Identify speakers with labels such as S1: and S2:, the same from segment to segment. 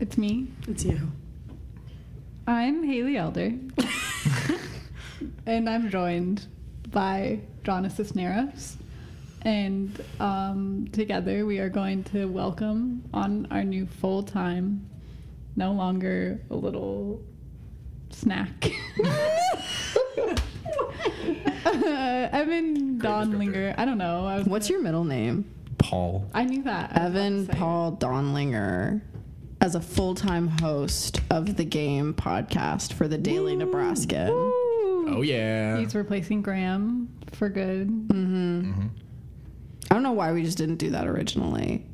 S1: It's me.
S2: It's you.
S1: I'm Haley Elder. and I'm joined by Jonas Cisneros. And um, together we are going to welcome on our new full time, no longer a little snack. uh, Evan Donlinger. I don't know. I was
S3: What's your middle name?
S4: Paul.
S1: I knew that. I was
S3: Evan
S1: about to say it.
S3: Paul Donlinger as a full time host of the game podcast for the Daily Nebraskan.
S4: Oh yeah.
S1: He's replacing Graham for good.
S3: I don't know why we just didn't do that originally.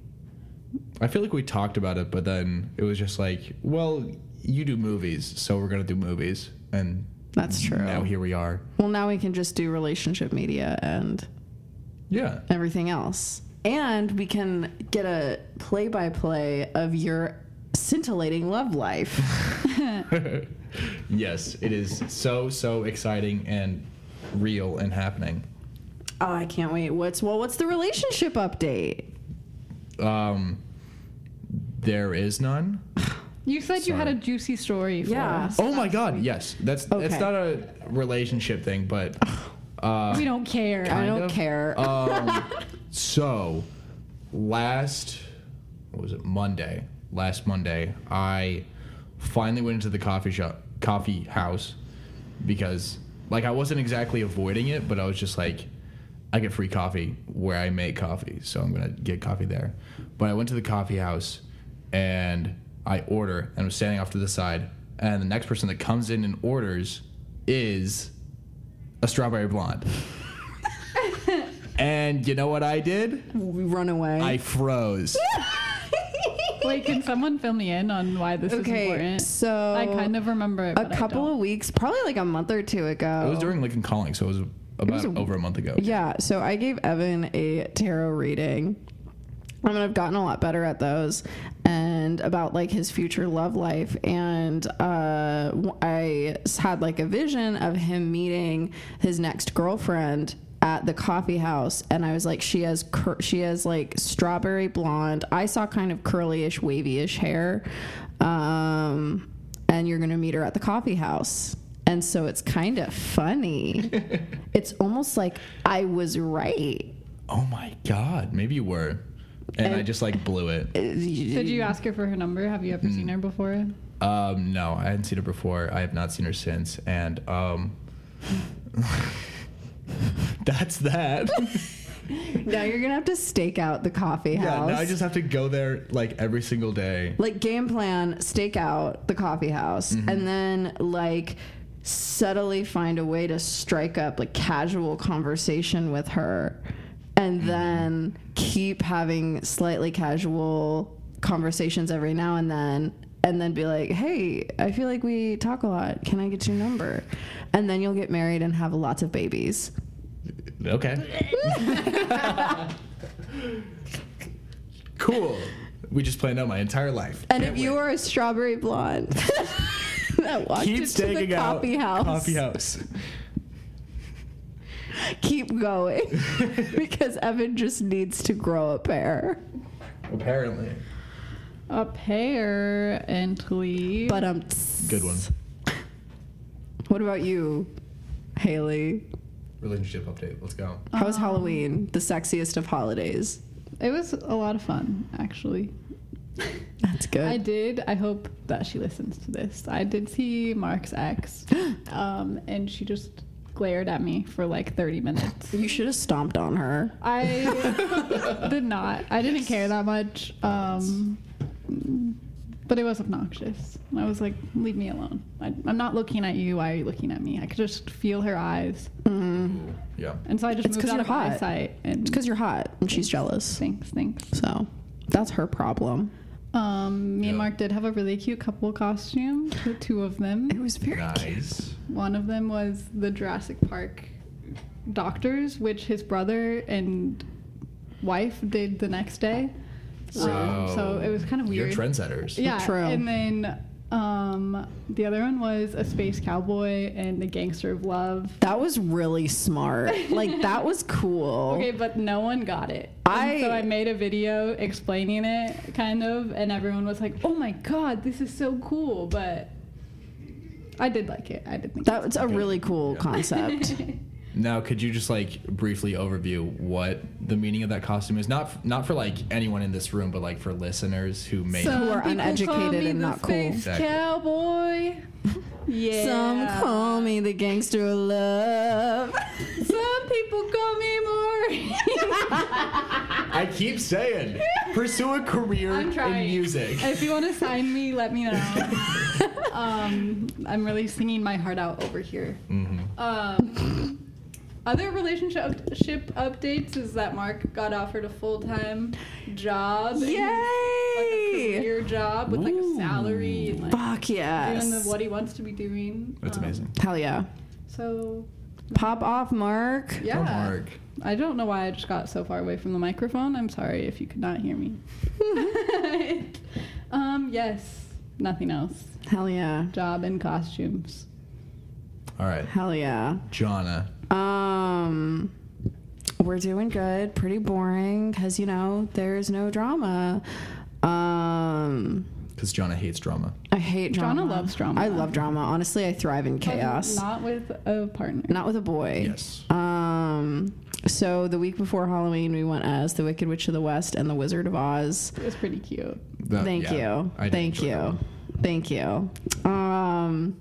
S4: I feel like we talked about it, but then it was just like, well, you do movies, so we're gonna do movies, and
S3: That's true.
S4: now here we are.
S3: Well, now we can just do relationship media and
S4: Yeah.
S3: everything else. And we can get a play by play of your scintillating love life.
S4: Yes, it is so so exciting and real and happening.
S3: oh, I can't wait. What's well, what's the relationship update?
S4: Um, there is none.
S1: You said you had a juicy story for
S3: Yeah.
S1: us.
S4: Oh my God! Yes, that's
S3: Okay.
S4: that's not a relationship thing, but
S1: we don't care.
S3: I
S4: Kind
S3: don't
S4: of. Uh,
S3: care.
S4: So, last what was it? Monday. Last Monday, I finally went into the coffee shop, coffee house, because like I wasn't exactly avoiding it, but I was just like, I get free coffee where I make coffee, so I'm gonna get coffee there. But I went to the coffee house and I order, and I'm standing off to the side, and the next person that comes in and orders is a strawberry blonde. and you know what I did?
S3: we run away.
S4: I froze.
S1: Wait, can someone fill me in on why this is
S3: okay.
S1: important?
S3: So
S1: I kind of remember it.
S3: a couple of weeks, probably like a month or two ago.
S4: It was during Lincoln Calling, so Oh. it was about
S3: was a-
S4: over a month ago.
S3: yeah, so I gave Evan a tarot reading. I mean, I've gotten a lot better at those and about like his future love life. And uh, w- I s- had like a vision of him meeting his next girlfriend at the coffee house. And I was like, she has, cur- she has like strawberry blonde. I saw kind of curly ish, wavy ish hair. Um, and you're going to meet her at the coffee house. And so it's kind of funny. it's almost like I was right.
S4: Oh my god, maybe you were. And, I just like blew it.
S1: Did you ask her for her number? Have you ever seen her before?
S4: Um, no, I hadn't seen her before. I have not seen her since. And um, that's that.
S3: Now you're gonna have to stake out the coffee
S4: yeah,
S3: house.
S4: now I just have to go there like every single day.
S3: like game plan, stake out the coffee house,
S4: Mm-hmm.
S3: and then like subtly find a way to strike up a casual conversation with her, and
S4: Mm-hmm.
S3: then keep having slightly casual conversations every now and then. And then be like, hey, I feel like we talk a lot. Can I get your number? And then you'll get married and have lots of babies.
S4: Okay. cool. We just planned out my entire life.
S3: And
S4: Can't
S3: if you
S4: wait.
S3: are a strawberry blonde that walked
S4: keep
S3: into the
S4: staking out
S3: coffee house,
S4: coffee house.
S3: keep going because Evan just needs to grow a pair.
S4: Apparently.
S1: A pair and Lee.
S3: But um,
S4: Good one.
S3: What about you, Haley?
S4: Relationship update. Let's go.
S3: How was Halloween, the sexiest of holidays?
S1: it was a lot of fun, actually.
S3: That's good.
S1: I did. I hope that she listens to this. I did see Mark's ex, um, and she just glared at me for like 30 minutes.
S3: you should have stomped on her.
S1: I did not. I didn't care that much. Um, but it was obnoxious. I was like, leave me alone. I, I'm not looking at you. Why are you looking at me? I could just feel her eyes.
S4: Ooh, yeah.
S1: And so I just
S3: It's
S1: moved
S3: 'cause
S1: out
S3: you're
S1: of
S3: hot.
S1: my sight. And
S3: It's because you're hot and she's jealous.
S1: thanks, thanks.
S3: So that's her problem.
S1: Um, me and
S4: Yeah.
S1: Mark did have a really cute couple costume, the two of
S3: It
S1: them.
S3: was very
S4: Nice.
S1: One of them was the Jurassic Park doctors, which his brother and wife did the next day. Um, so it was kind of weird.
S4: You're trendsetters.
S1: Yeah.
S3: True.
S1: And then Um, the other one was A Space Cowboy and The Gangster of Love.
S3: That was really smart. Like that was cool.
S1: Okay, but no one got it.
S3: Oh. I-
S1: And so I made a video explaining it, kind of, and everyone was like, "Oh my god, this is so cool!" But I did like it. I did think.
S3: That was a really cool
S4: Yeah.
S3: concept.
S4: Now, could you just like briefly overview what the meaning of that costume is? Not f- not for like anyone in this room, but like for listeners who may.
S1: Some
S3: Who
S1: people
S3: are
S1: call
S3: uneducated
S1: me
S3: and
S1: the
S3: not cool.
S1: Space
S4: Exactly.
S1: Cowboy. Yeah.
S3: Some call me the gangster of love.
S1: Some people call me Maureen.
S4: I keep saying, pursue a career
S1: I'm
S4: in
S1: trying.
S4: music.
S1: if you want to sign me, let me know. um, I'm really singing my heart out over here.
S4: Mm-hmm.
S1: Um, other relationship ship updates is that Mark got offered a full time job. and Like a
S3: Yay!
S1: career job with like a salary and like
S3: Fuck
S1: doing the,
S3: yes.
S1: what he wants to be doing.
S4: That's
S1: Um,
S4: amazing.
S3: Hell yeah.
S1: So
S3: Pop off, Mark.
S1: yeah,
S4: Go Mark.
S1: I don't know why I just got so far away from the microphone. I'm sorry if you could not hear me. um, yes, nothing else.
S3: Hell yeah.
S1: Job and costumes.
S4: All right,
S3: Hell yeah.
S4: Jonna.
S3: Um, we're doing good. Pretty boring because you know there's no drama. Um,
S4: Because Jonna hates drama.
S3: I hate drama.
S1: Jonna loves drama.
S3: I love drama. Honestly, I thrive in chaos.
S1: But Not with a partner.
S3: Not with a boy.
S4: Yes.
S3: Um, so the week before Halloween, we went as the Wicked Witch of the West and the Wizard of Oz.
S1: It was pretty cute.
S4: That-
S3: Thank
S4: yeah,
S3: you.
S4: I did
S3: Thank
S4: enjoy that
S3: you.
S4: one.
S3: Thank you. Um,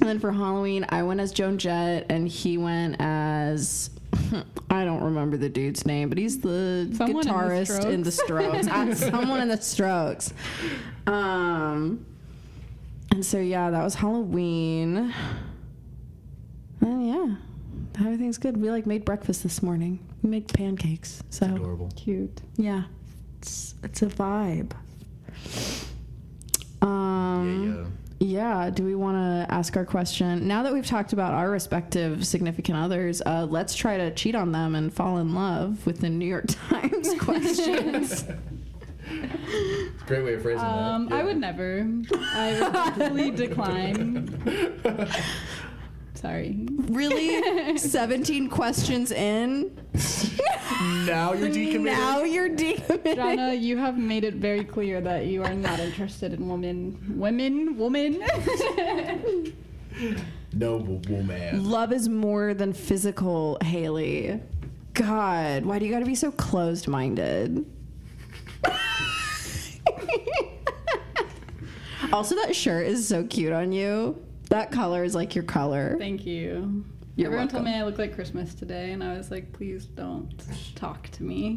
S3: and then for Halloween, I went as Joan Jett, and he went as. I don't remember the dude's name, but he's the
S1: Someone in the
S3: guitarist in the Strokes. Ah, Someone in the Strokes. Um, and so yeah, that was Halloween. And yeah, everything's good. We like made breakfast this morning. We made pancakes. So
S4: Adorable.
S1: Cute.
S3: yeah, it's it's a vibe. Um,
S4: yeah, yeah.
S3: yeah, Do we want to ask our question now that we've talked about our respective significant others? Uh, let's try to cheat on them and fall in love with the New York Times questions.
S4: It's a great way of phrasing
S1: Um,
S4: that.
S1: I would never. I would definitely decline. Sorry.
S3: really, seventeen questions in.
S4: Now you're decommitted.
S3: Now you're decommitted.
S1: Jana, you have made it very clear that you are not interested in women. Women, woman.
S4: No woman.
S3: Love is more than physical, Haley. God, why do you gotta be so closed minded? also, that shirt is so cute on you. That color is like your color.
S1: Thank you.
S3: You're
S1: Everyone told
S3: welcome.
S1: me I look like Christmas today, and I was like, please don't talk to me.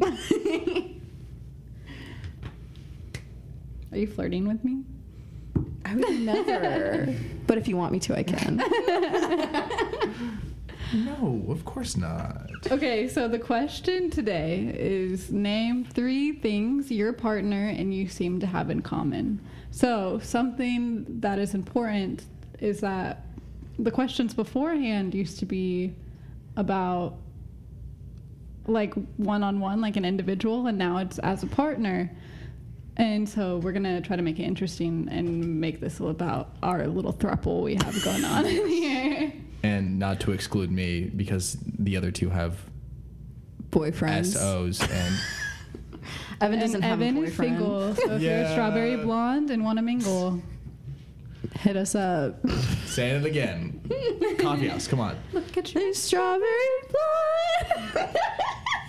S1: Are you flirting with me?
S3: I would never. but if you want me to, I can.
S4: No, of course not.
S1: Okay, so the question today is name three things your partner and you seem to have in common. So, something that is important is that the questions beforehand used to be about like one on one, like an individual, and now it's as a partner. And so we're gonna try to make it interesting and make this all about our little thruple we have going on in here.
S4: And not to exclude me because the other two have
S3: Boyfriends.
S4: SOs and
S3: Evan doesn't
S1: And
S3: have
S1: Evan
S3: a
S1: is
S3: boyfriend.
S1: single, so if you're
S4: Yeah.
S1: a strawberry blonde and want to mingle,
S3: Hit us up.
S4: saying it again. Coffee house, come on.
S1: look at you.
S3: There's strawberry blonde.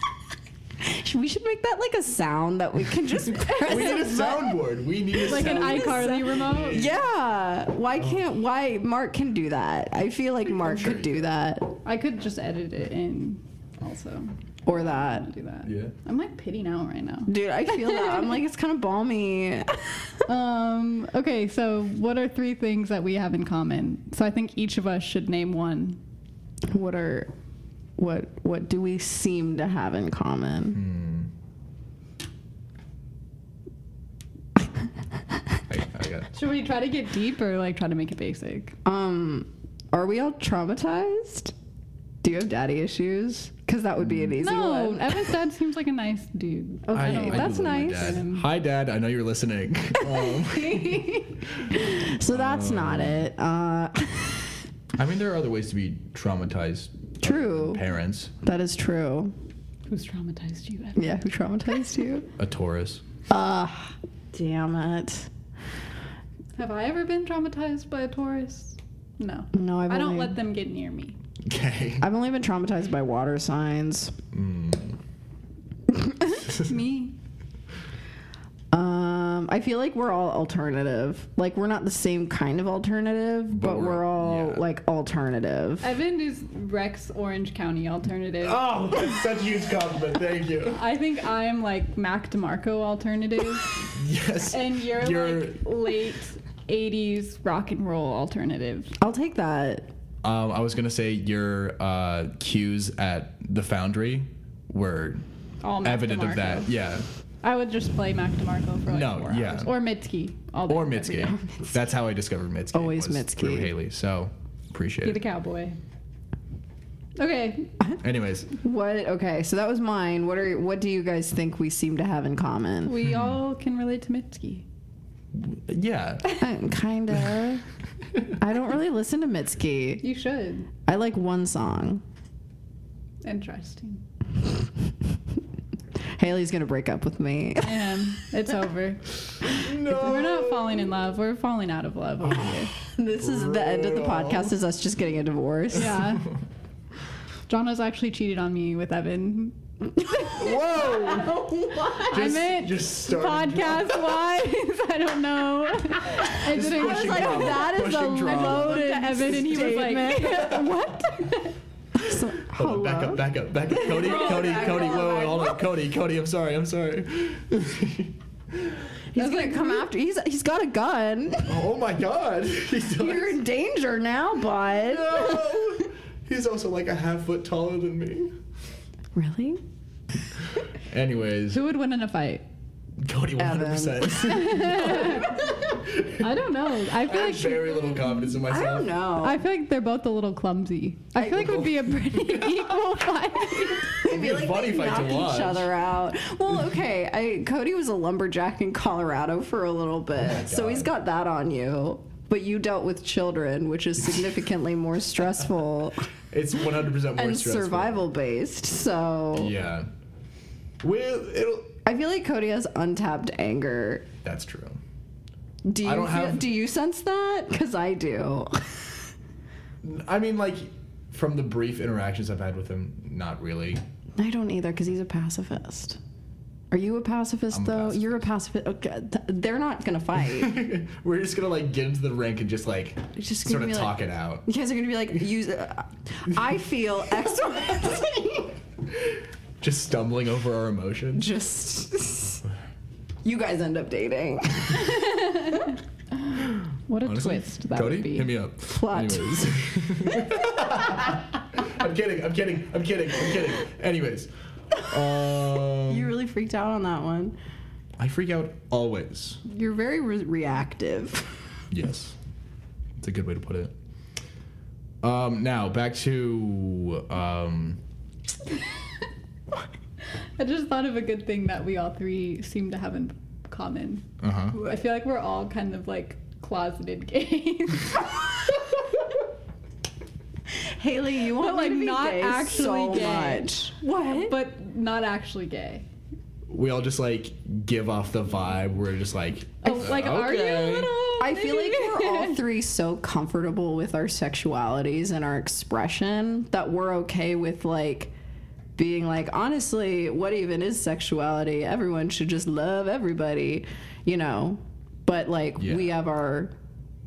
S3: we should make that like a sound that we can just press.
S4: We need a soundboard. We need a
S1: Like an
S4: soundboard.
S1: iCarly remote.
S3: Yeah. Why can't why Mark can do that? I feel like Mark
S4: sure
S3: could
S4: he
S3: do that
S1: I could just edit it in also.
S3: or that.
S1: Do that.
S4: Yeah.
S1: I'm like pitting out right now.
S3: Dude, I feel that. I'm like it's kind of balmy.
S1: Um, okay, so what are three things that we have in common? So I think each of us should name one.
S3: what are what what do we seem to have in common?
S4: Hmm. I, I got
S1: Should we try to get deep or like try to make it basic?
S4: Hmm.
S3: Um are we all traumatized? Do you have daddy issues? because that would be an easy
S1: No,
S3: one.
S1: Evan's dad seems like a nice dude.
S3: Okay,
S4: I- I do
S3: that's
S4: love my
S3: nice. Mm.
S4: dad. Hi, Dad. I know you're listening. Um,
S3: So that's not it. Uh,
S4: I mean, there are other ways to be traumatized. other than
S3: True.
S4: Parents,
S3: that is true.
S1: Who's traumatized you, Evan?
S3: Yeah, who traumatized you? Uh,
S4: a Taurus.
S3: Damn it.
S1: Have I ever been traumatized by a Taurus? No.
S3: No, I've
S1: Mm, I don't
S3: only-
S1: let them get near me.
S4: Okay.
S3: I've only been traumatized by water signs.
S4: Hmm.
S1: me.
S3: Um, I feel like we're all alternative. Like we're not the same kind of alternative, but, we're,
S4: we're-
S3: all
S4: yeah.
S3: like alternative.
S1: Evan is Rex Orange County alternative.
S4: Oh, that's such a huge compliment. Thank you.
S1: I think I'm like Mac DeMarco alternative,
S4: Yes.
S1: and you're,
S4: You're-
S1: like late 80s rock and roll alternative.
S3: I'll take that.
S4: Um, I was gonna say your uh, cues at the foundry were
S1: All Mac
S4: evident of that.
S1: DeMarco.
S4: Yeah.
S1: I would just play Mac DeMarco for like
S4: No,
S1: four
S4: yeah.
S1: hours. Or Mitski. All day,
S4: Or
S1: every
S4: Mitski.
S1: day.
S4: That's how I discovered Mitski.
S3: Always
S4: was
S3: Mitski.
S4: Through Haley. So appreciate
S1: Be the
S4: it.
S1: cowboy. Okay.
S4: Anyways,
S3: What? Okay, so that was mine. What are? What do you guys think we seem to have in common?
S1: We
S4: Hmm.
S1: all can relate to Mitski.
S4: yeah.
S3: kind of. Uh, I don't really listen to Mitski.
S1: You should.
S3: I like one song.
S1: Interesting.
S3: Haley's gonna break up with me.
S1: And it's over.
S4: no.
S1: We're not falling in love. We're falling out of love
S4: Oh.
S1: over here.
S3: this is the end of the podcast. Is us just getting a divorce?
S1: Yeah. Jono's actually cheated on me with Evan.
S4: Whoa.
S1: I meant
S4: Just
S1: podcast wise. I didn't know. I didn't. I was
S4: pushing
S1: like,
S4: drama,
S1: that is a
S4: pushing drama.
S1: loaded Evan, and he was like, what?
S3: So,
S4: Hold on, back
S3: hello?
S4: up, back up, back up. Cody, Cody, Cody, whoa, whoa, hold on. Cody, Cody, I'm sorry, I'm sorry.
S3: He's gonna come after. He's he's got a gun.
S4: Oh my god. He does.
S3: You're in danger now, bud.
S4: No. He's also like a half foot taller than me.
S3: Really?
S4: Anyways,
S1: Who would win in a fight?
S4: Cody 100%.
S1: I don't know. I
S4: I
S1: feel
S4: have
S1: like
S4: very little confidence in
S3: I
S4: myself.
S3: don't know.
S1: I feel like they're both a little clumsy. I feel like it would be a pretty equal fight.
S4: It'd be a funny fight to
S3: knock
S4: watch.
S3: each other out. Well, okay. I Cody was a lumberjack in Colorado for a little
S4: Oh
S3: bit, so he's got that on you. But you dealt with children, which is significantly more stressful
S4: It's 100% more
S3: and
S4: stressful.
S3: survival based. So
S4: Yeah. Well, it'll.
S3: I feel like Cody has untapped anger.
S4: That's true.
S3: Do you
S4: I don't
S3: feel,
S4: have-
S3: do you sense that? Because I do.
S4: I mean, like, from the brief interactions I've had with him, not really.
S3: I don't either because he's a pacifist. Are you a pacifist
S4: I'm a
S3: though? You're a pacifist. Okay, th- they're not gonna fight.
S4: We're just gonna, like, get into the rink and just, like,
S3: It's just gonna
S4: sort of
S3: be
S4: talk
S3: like,
S4: it out.
S3: you guys are gonna be like, use. Uh, I feel X, Y, Z.
S4: Just stumbling over our emotions.
S3: Just. You guys end up dating.
S1: What a
S4: Honestly,
S1: twist that
S4: Cody,
S1: would be.
S4: hit me up.
S3: Plot.
S4: Anyways. I'm kidding. I'm kidding. I'm kidding. I'm kidding. Anyways, um,
S3: You really freaked out on that one.
S4: I freak out always.
S3: You're very re- reactive.
S4: Yes, it's a good way to put it. Um, now back to um,
S1: I just thought of a good thing that we all three seem to have in common.
S4: uh huh.
S1: I feel like we're all kind of like closeted gays.
S3: Haley, you want
S1: But, like,
S3: me to be
S1: not
S3: gay
S1: actually
S3: so
S1: gay.
S3: much. What?
S1: but not actually gay.
S4: We all just like give off the vibe. We're just like,
S1: Oh, like, are you a
S4: okay.
S1: little?
S3: I feel like
S1: maybe?
S3: we're all three so comfortable with our sexualities and our expression that we're okay with like being like honestly, what even is sexuality? Everyone should just love everybody, you know. But like
S4: Yeah.
S3: we have our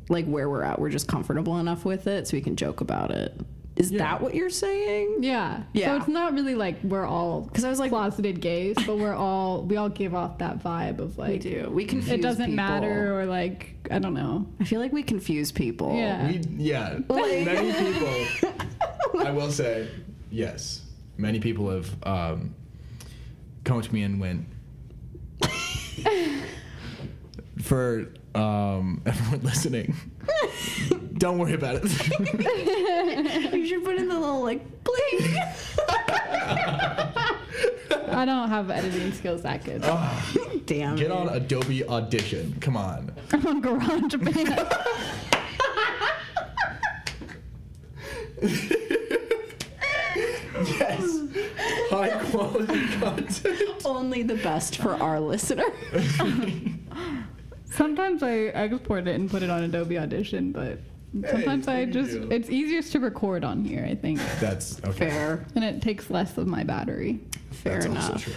S3: like where we're at, we're just comfortable enough with it so we can joke about it. Is that what you're saying?
S1: Yeah.
S3: Yeah.
S1: So it's not really like we're all because
S3: I was like-
S1: closeted gays, but we're all we all give off that vibe of
S3: We
S1: like
S3: do. We confuse
S1: it doesn't
S3: people.
S1: matter or like I don't know.
S3: I feel like we confuse people.
S1: Yeah.
S4: We,
S3: Um,
S4: yeah, many people. I will say, yes, many people have um, come up to me and went for um, everyone listening. Don't worry about it.
S3: You should put in the little like bling.
S1: I don't have editing skills that good.
S3: Oh. Damn.
S4: Get
S3: it.
S4: on Adobe Audition. Come on.
S1: I'm on GarageBand.
S4: Yes. High quality content.
S3: Only the best for our listener.
S1: Sometimes I export it and put it on Adobe Audition, but sometimes
S4: what
S1: I
S4: do you
S1: just
S4: do?
S1: it's easiest to record on here, I think,
S4: That's okay.
S3: Fair.
S1: and it takes less of my battery.
S3: Fair
S4: That's also
S3: enough.
S4: true.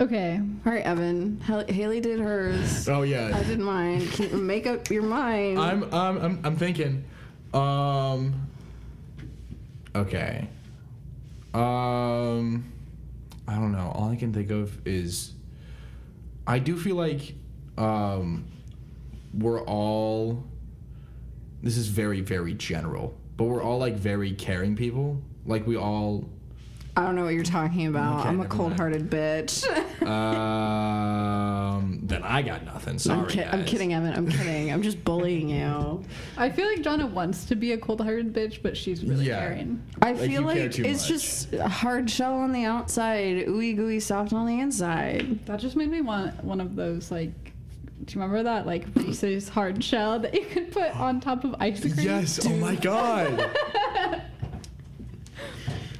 S1: Okay,
S3: All right, Evan. Hal- Haley did hers.
S4: Oh
S3: I
S4: yeah.
S3: did mine. Can you make up your mind.
S4: I'm I'm I'm, I'm thinking. Um. Okay. Um. I don't know. All I can think of is, I do feel like, um, we're all. This is very very general, but we're all like very caring people. Like we all.
S3: I don't know what you're talking about.
S4: Okay,
S3: I'm a
S4: never
S3: cold hearted bitch.
S4: Um. then I got nothing. Sorry.
S3: I'm, kid- I'm
S4: guys.
S3: kidding, Evan. I'm kidding. I'm just bullying you.
S1: I feel like Jonna wants to be a cold-hearted bitch, but she's really
S4: Yeah.
S1: caring.
S3: I
S4: Like,
S3: feel
S4: you care
S3: like
S4: too
S3: it's
S4: much.
S3: just a hard shell on the outside, ooey gooey soft on the inside.
S1: That just made me want one of those like. Do you remember that like Reese's hard shell that you could put on top of ice cream?
S4: Yes. Oh my god.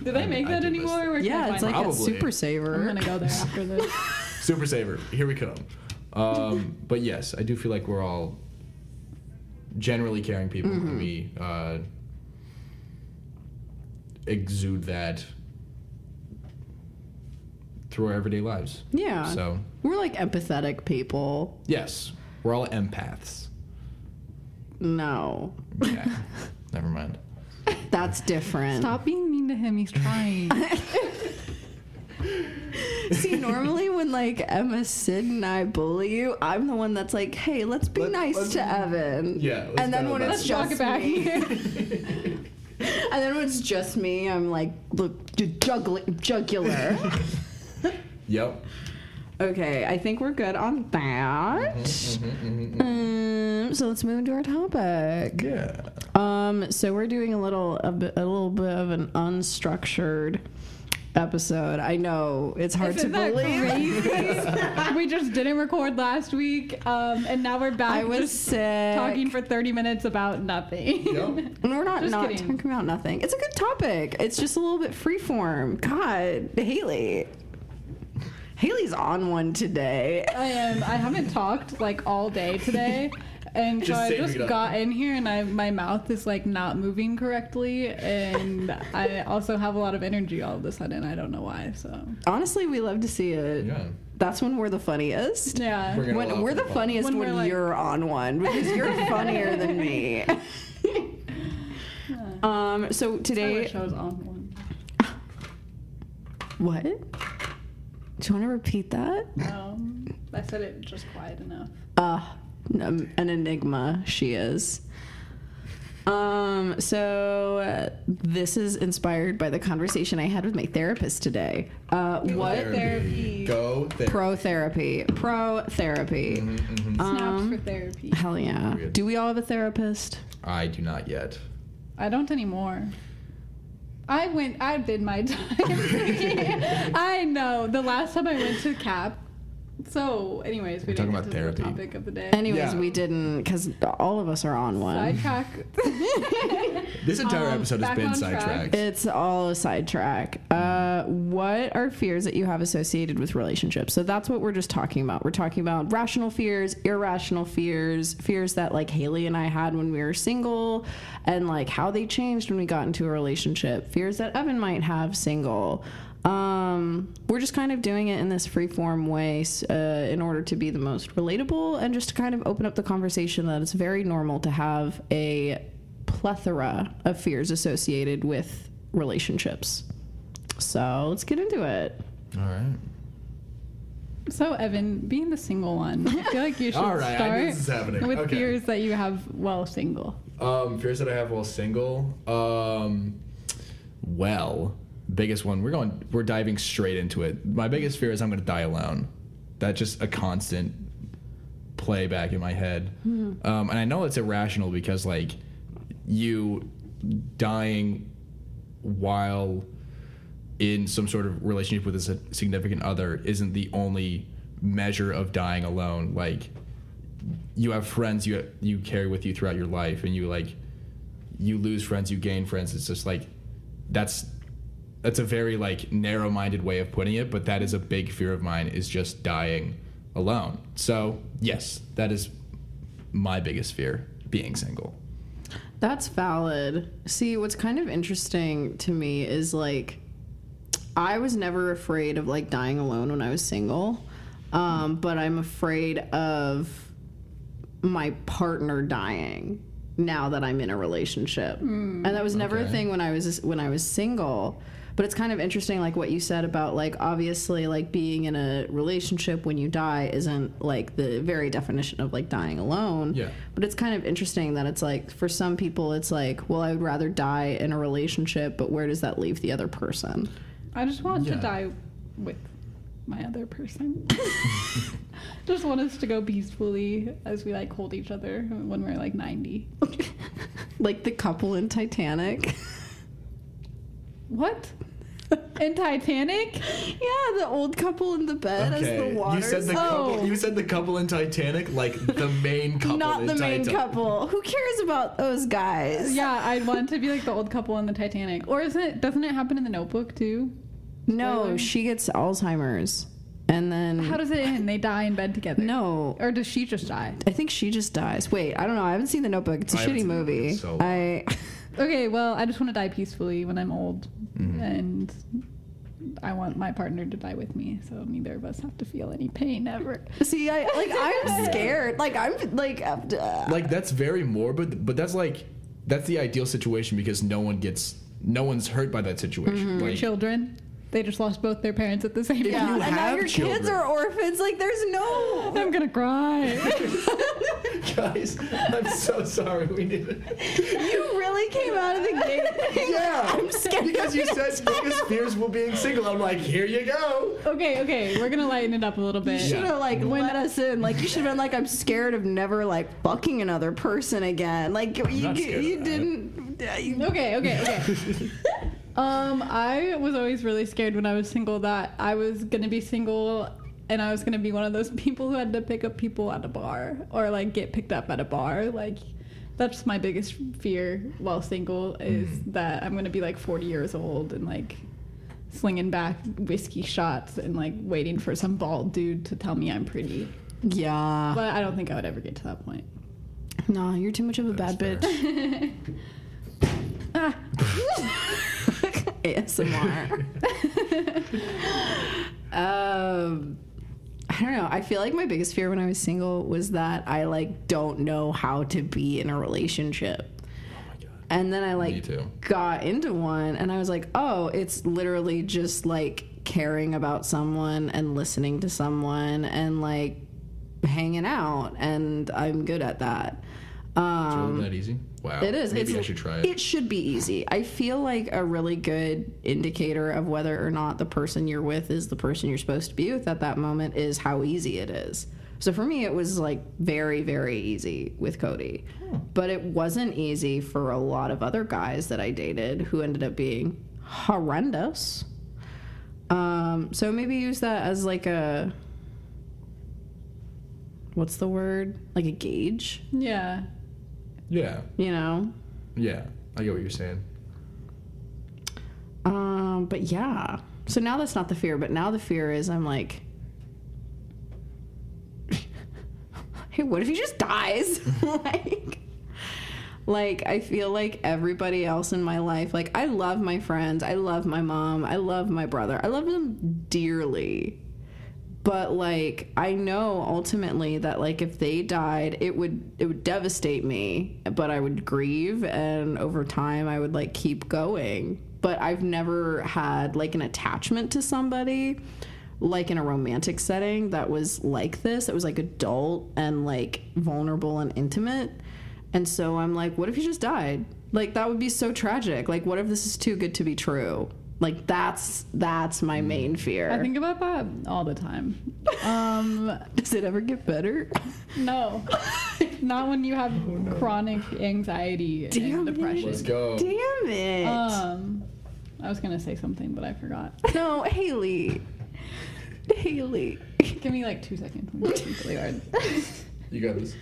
S1: Do they make
S4: I
S1: that
S4: do miss
S1: anymore?
S4: that.
S1: Where can I
S3: Yeah, it's
S1: find
S3: like
S1: that?
S3: a
S4: Probably.
S3: super saver.
S1: I'm gonna go there after this.
S4: Super Saver, here we come. Um, but yes, I do feel like we're all generally caring people.
S3: Mm-hmm.
S4: and We uh, exude that through our everyday lives.
S3: Yeah.
S4: So,
S3: We're like empathetic people.
S4: yes, we're all empaths.
S3: No,
S4: Yeah. Never mind.
S3: that's different.
S1: Stop being mean to him. He's trying.
S3: See, normally when like Emma, Sid, and I bully you, I'm the one that's like, "Hey, let's be
S4: Let-
S3: nice
S4: let's-
S3: to Evan."
S4: yeah, let's
S3: And then
S4: dial
S3: when
S4: it
S3: it's
S1: Let's walk
S4: back.
S3: just
S1: it back here.
S3: me, and then when it's just me, I'm like, "Look, you juggling, jugular."
S4: Yep.
S3: okay, I think we're good on that.
S4: Mm-hmm,
S3: Um, so let's move into our topic.
S4: Yeah.
S3: Um, so we're doing a little a, bit, a little bit of an unstructured episode. I know it's hard
S1: Isn't
S3: to
S1: that
S3: believe.
S1: crazy? we just didn't record last week, um, and now we're back.
S3: I was
S1: just
S3: sick.
S1: talking for 30 minutes about nothing.
S4: Yep.
S3: And we're not
S1: Just
S3: not
S1: kidding.
S3: talking about nothing. It's a good topic. It's just a little bit freeform. God, Haley. Haley's on one today.
S1: I am. I haven't talked like all day today. And so
S4: Just
S1: I
S4: saving
S1: just
S4: it up.
S1: got in here and I my mouth is like not moving correctly and I also have a lot of energy all of a sudden. I don't know why. So
S3: Honestly, we love to see it.
S4: Yeah.
S3: That's when we're the funniest.
S1: yeah.
S4: We're gonna
S3: When
S4: allow
S3: we're the
S4: for fun.
S3: funniest when,
S1: When we're like-
S3: you're on one because you're funnier than me. um. So
S1: I
S3: today,
S1: wish I was on one.
S3: what? Do you want to repeat that?
S1: Um, I said it just quiet enough.
S3: uh, um, an enigma she is. Um, so uh, this is inspired by the conversation I had with my therapist today. Uh, what
S1: therapy.
S4: Go therapy.
S3: pro therapy? Pro therapy.
S4: Mm-hmm.
S1: Snaps
S3: Um,
S1: for therapy.
S3: Hell yeah!
S4: Period.
S3: Do we all have a therapist?
S4: I do not yet.
S1: I don't anymore. I went. I did my time. I know. The last time I went to CAP. So, anyways, we
S4: We're
S1: didn't get
S4: talking about
S1: to
S4: therapy.
S1: the topic of the day.
S3: Anyways,
S4: Yeah.
S3: we didn't because all of us are on one.
S1: Sidetrack.
S4: This entire
S1: Um,
S4: episode has
S1: back
S4: been
S1: on track.
S4: sidetracked.
S3: It's all a sidetrack. Uh, what are fears that you have associated with relationships? So that's what we're just talking about. We're talking about rational fears, irrational fears, fears that like Haley and I had when we were single, and like how they changed when we got into a relationship, fears that Evan might have single. Um, we're just kind of doing it in this free form way uh, in order to be the most relatable and just to kind of open up the conversation that it's very normal to have a plethora of fears associated with relationships. So let's get into it.
S4: All right.
S1: so, Evan, being the single one, I feel like you should
S4: All right, I
S1: start
S4: knew this was happening.
S1: with
S4: Okay.
S1: fears that you have while single.
S4: Um, fears that I have while single. Um, well, biggest one. We're going. We're diving straight into it. My biggest fear is I'm going to die alone. That's just a constant playback in my head.
S1: Mm-hmm.
S4: Um, and I know it's irrational because like you dying while in some sort of relationship with a si- significant other isn't the only measure of dying alone. Like you have friends you you carry with you throughout your life, and you like you lose friends, you gain friends. It's just like that's that's a very like narrow-minded way of putting it, but that is a big fear of mine is just dying alone. So yes, that is my biggest fear being single.
S3: That's valid. See, what's kind of interesting to me is like I was never afraid of like dying alone when I was single. Um, but I'm afraid of my partner dying now that I'm in a relationship. and that was never a
S4: okay.
S3: thing when I was when I was single. But it's kind of interesting like what you said about like obviously like being in a relationship when you die isn't like the very definition of like dying alone.
S4: Yeah.
S3: But it's kind of interesting that it's like for some people it's like, well, I would rather die in a relationship, but where does that leave the other person?
S1: I just want
S4: Yeah.
S1: to die with my other person. just want us to go peacefully as we like hold each other when we're like 90.
S3: Like the couple in Titanic.
S1: What? In Titanic?
S3: yeah, the old couple in the bed as the water.
S4: you said the couple.
S1: Oh.
S4: You said the couple in Titanic, like the main couple.
S3: not
S4: in
S3: the main
S4: Titan-
S3: couple. Who cares about those guys?
S1: Yeah, I'd want to be like the old couple in the Titanic. Or isn't it doesn't it happen in the notebook too?
S3: No,
S1: Spoiler.
S3: she gets Alzheimer's. And then
S1: How does it end? They die in bed together.
S3: No.
S1: Or does she just die?
S3: I think she just dies. Wait, I don't know. I haven't seen the notebook. It's a
S4: I haven't
S3: shitty
S4: seen The Notebook in
S3: movie.
S4: so long.
S3: I
S1: Okay, well, I just want to die peacefully when I'm old and I want my partner to die with me, so neither of us have to feel any pain ever.
S3: see I like I'm scared. Like I'm like uh,
S4: Like that's very morbid, but that's like that's the ideal situation because no one gets no one's hurt by that situation.
S3: Mm-hmm.
S4: Like,
S1: Children, they just lost both their parents at the same
S3: yeah,
S1: time.
S3: and now
S4: have
S3: your kids
S4: children-
S3: are orphans. Like there's no
S1: I'm gonna cry.
S4: guys, I'm so sorry. We did.
S3: You really came out of the gate. being like,
S4: Yeah,
S3: I'm scared.
S4: because you said biggest fears will being single. I'm like, here you go.
S1: okay, okay, we're gonna lighten it up a little bit.
S4: Yeah.
S3: should have like let us in. Like you should have been like, I'm scared of never like fucking another person again. Like you,
S4: not scared of
S3: you
S4: that.
S3: didn't. yeah, you-
S1: Okay, okay, okay. um, I was always really scared when I was single that I was gonna be single and I was gonna be one of those people who had to pick up people at a bar or like get picked up at a bar. Like that's my biggest fear while single is that I'm gonna be like 40 years old and like slinging back whiskey shots and like waiting for some bald dude to tell me I'm pretty.
S3: Yeah.
S1: But I don't think I would ever get to that point.
S3: No, you're too much of a bad bitch. ASMR. um, I don't know. I feel like my biggest fear when I was single was that I like don't know how to be in a relationship. And then I
S4: Oh Me
S3: like
S4: too.
S3: got into one and I was like, oh, it's literally just like caring about someone and listening to someone and like hanging out and I'm good at that. Um,
S4: Really that easy? Wow.
S3: it is.
S4: Maybe
S3: it's,
S4: I should try it.
S3: It should be easy. I feel like a really good indicator of whether or not the person you're with is the person you're supposed to be with at that moment is how easy it is. So for me, it was like very, very easy with Cody.
S4: Hmm.
S3: But it wasn't easy for a lot of other guys that I dated who ended up being horrendous. Um, so maybe use that as like a. What's the word? Like a gauge,
S1: Yeah.
S4: yeah,
S3: you know?
S4: yeah. I get what you're saying.
S3: Um, but yeah. So now that's not the fear, but now the fear is I'm like, hey, what if he just dies? like, like I feel like everybody else in my life, like I love my friends, I love my mom, I love my brother, I love them dearly. But like I know ultimately that like if they died, it would it would devastate me, but I would grieve and over time I would like keep going. But I've never had like an attachment to somebody like in a romantic setting that was like this. It was like adult and like vulnerable and intimate. And so I'm like, what if he just died? Like that would be so tragic. Like what if this is too good to be true? Like that's that's my main fear.
S1: Mm. I think about that all the time. Um,
S3: Does it ever get better?
S1: No. Not when you have chronic anxiety
S3: Damn
S1: and
S3: it. Oh.
S1: depression.
S4: Let's go.
S3: Damn it.
S1: Um, I was gonna say something, but I forgot.
S3: No, Haley. Haley.
S1: Give me like two seconds. I'm gonna think really hard.
S4: You got this.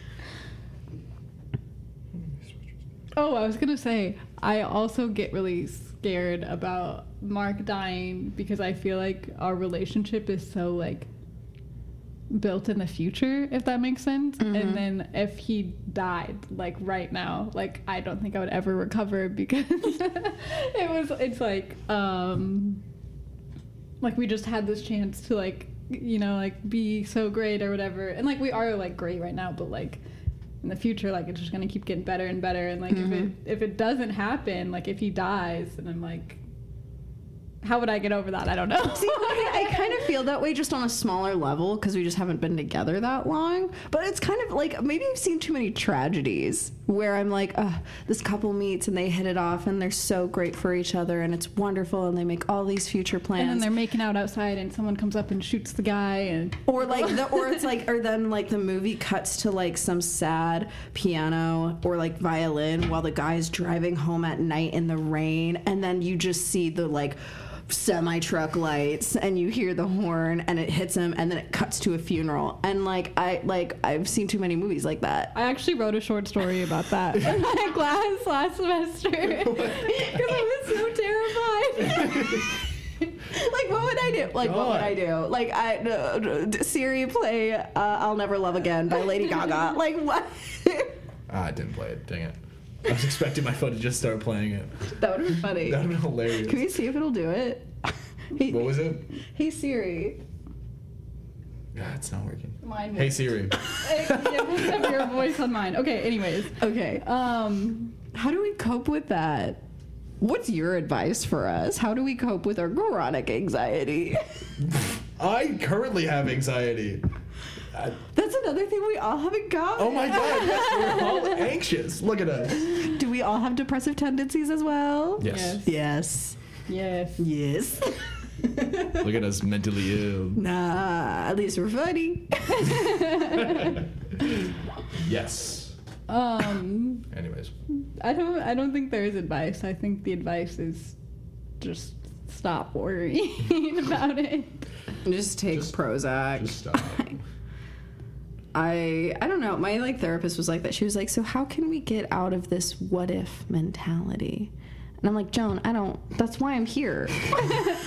S1: Oh, I was gonna say, I also get really scared about Mark dying because I feel like our relationship is so like built in the future, if that makes sense.
S3: Mm-hmm.
S1: And then if he died like right now, like I don't think I would ever recover because it was it's like um like we just had this chance to like you know like be so great or whatever and like we are like great right now but like in the future like it's just gonna keep getting better and better and like if it
S3: Mm-hmm.
S1: if it doesn't happen like if he dies and i'm like how would i get over that i don't know
S3: See, I, I kind of feel that way just on a smaller level because we just haven't been together that long. But it's kind of like maybe I've seen too many tragedies where I'm like, Ugh, this couple meets and they hit it off and they're so great for each other and it's wonderful and they make all these future
S1: and then
S3: plans.
S1: they're making out outside and someone comes up and shoots the guy and
S3: or like the or it's like or then like the movie cuts to like some sad piano or like violin while the guy's driving home at night in the rain and then you just see the like semi truck lights and you hear the horn and it hits him and then it cuts to a funeral and like I like I've seen too many movies like that.
S1: I actually wrote a short story about that in my class last semester because I was so terrified.
S3: Like what would I do? Like what would
S4: God.
S3: I do? Like I no, no, d- Siri play uh, I'll Never Love Again by Lady Gaga. Like what?
S4: Ah, I didn't play it. Dang it. I was expecting my phone to just start playing it.
S3: that would have been funny.
S4: That would have been hilarious.
S3: Can we see if it'll do it? hey,
S4: What was it?
S3: hey Siri.
S4: Ah, it's not working.
S1: Mine
S4: Hey Siri.
S1: yeah, we have your voice on mine. Okay, anyways.
S3: Okay.
S1: Um,
S3: How do we cope with that? What's your advice for us? How do we cope with our chronic anxiety?
S4: I currently have anxiety. I-
S3: That's another thing we all have in common.
S4: oh my god, yes, we're all anxious. Look at us.
S3: Do we all have depressive tendencies as well?
S1: yes.
S3: Yes.
S1: Yes.
S3: Yes.
S4: Look at us mentally ill.
S3: nah, at least we're funny.
S4: Yes.
S1: Um,
S4: Anyways.
S1: I don't. I don't think there is advice. I think the advice is just stop worrying about it.
S3: Just take
S4: Just-
S3: Prozac.
S4: Just stop.
S3: I I don't know. My like therapist was like that. She was like, "So how can we get out of this what if mentality?" And I'm like, "Joan, I don't. That's why I'm here."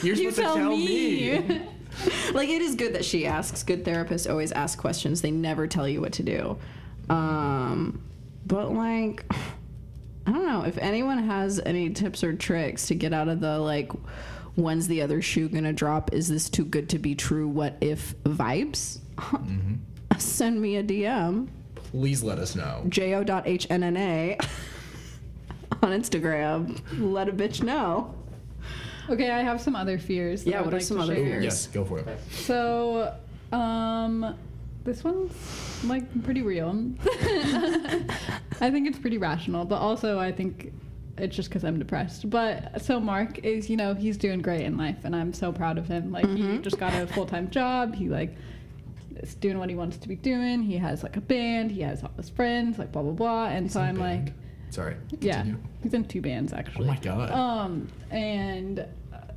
S4: You're
S1: You
S4: supposed
S1: tell,
S4: to tell
S1: me.
S4: me.
S3: like it is good that she asks. Good therapists always ask questions. They never tell you what to do. Um, but like I don't know if anyone has any tips or tricks to get out of the like when's the other shoe going to drop? Is this too good to be true? What if vibes?
S4: Mm-hmm.
S3: Send me a DM.
S4: Please let us know.
S3: jo.hnna on Instagram. Let a bitch know.
S1: Okay, I have some other fears. that
S3: Yeah,
S1: I would
S3: what are
S1: like
S3: some
S1: to
S3: other
S1: share.
S3: fears?
S4: Yes, go for it.
S1: So, um, this one's like pretty real. I think it's pretty rational, but also I think it's just because I'm depressed. But so Mark is, you know, he's doing great in life, and I'm so proud of him. Like he
S4: Mm-hmm.
S1: just got a full time job. He like is doing what he wants to be doing. He has like a band. He has all his friends. Like blah blah blah. And so I'm like,
S4: Sorry.
S1: yeah,
S4: Continue.
S1: he's in two bands
S4: Oh
S1: actually.
S4: my god.
S1: Um, and uh,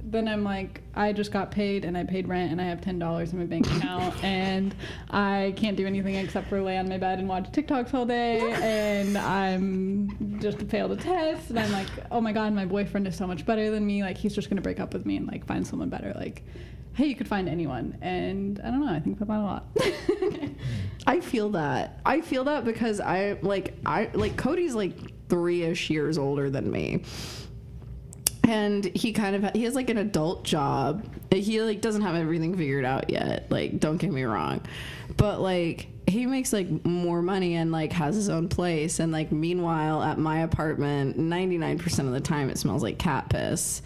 S1: then I'm like, I just got paid and I paid rent and I have ten dollars in my bank account and I can't do anything except for lay on my bed and watch TikToks all day and I'm just failed a test and I'm like, oh my god, my boyfriend is so much better than me. Like he's just gonna break up with me and like find someone better. Like, hey, you could find anyone. And I don't know, I think about that a lot.
S3: I feel that. I feel that because I like I like Cody's like three-ish years older than me. And he kind of he has like an adult job. He like doesn't have everything figured out yet. Like, don't get me wrong. But like he makes like more money and like has his own place and like meanwhile at my apartment 99% of the time it smells like cat piss